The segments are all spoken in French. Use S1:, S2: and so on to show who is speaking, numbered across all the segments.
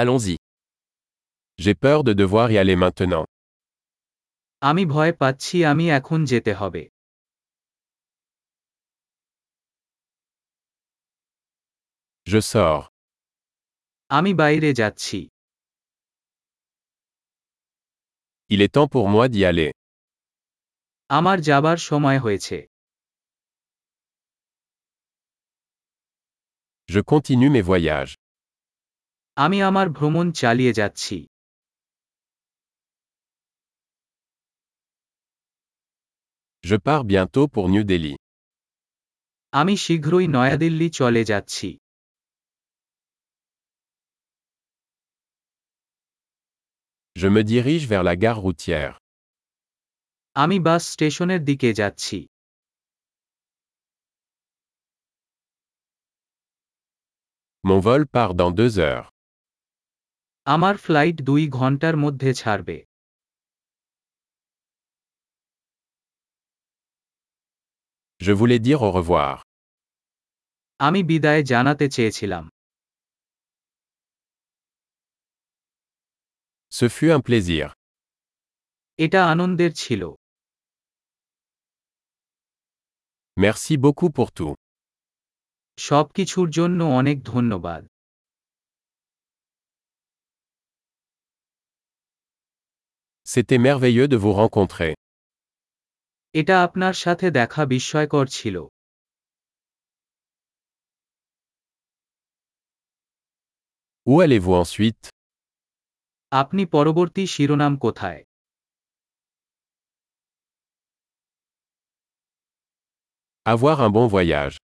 S1: Allons-y. J'ai peur de devoir y aller maintenant.
S2: আমি ভয় পাচ্ছি আমি এখন যেতে হবে
S1: Je sors.
S2: আমি বাইরে যাচ্ছি
S1: Il est temps pour moi d'y aller.
S2: আমার যাবার সময় হয়েছে
S1: Je continue mes voyages.
S2: আমি আমার ভ্রমণ চালিয়ে যাচ্ছি
S1: Je pars bientôt pour New Delhi.
S2: আমি শীঘ্রই নয়াদিল্লি চলে যাচ্ছি
S1: Je me dirige vers la gare routière.
S2: আমি বাস স্টেশনের দিকে যাচ্ছি
S1: Mon vol part dans deux heures.
S2: আমার ফ্লাইট দুই ঘন্টার মধ্যে ছাড়বে
S1: Je voulais dire au revoir.
S2: আমি বিদায় জানাতে চেয়েছিলাম
S1: Ce fut un plaisir.
S2: এটা আনন্দের ছিল
S1: Merci beaucoup pour tout.
S2: সবকিছুর জন্য অনেক ধন্যবাদ
S1: C'était merveilleux de vous rencontrer.
S2: এটা আপনার সাথে দেখা বিস্ময়কর ছিল
S1: Où allez-vous ensuite
S2: আপনি পরবর্তী শিরোনাম কোথায়
S1: Avoir un bon voyage.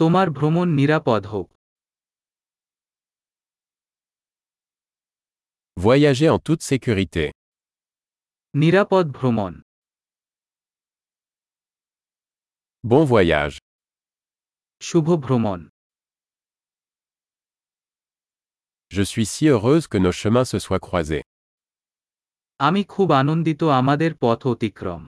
S2: তোমার ভ্রমণ নিরাপদ হোক
S1: Voyager en toute sécurité.
S2: নিরাপদ ভ্রমণ
S1: Bon voyage.
S2: শুভ ভ্রমণ
S1: Je suis si heureuse que nos chemins se soient croisés.
S2: আমি খুব আনন্দিত আমাদের পথ অতিক্রম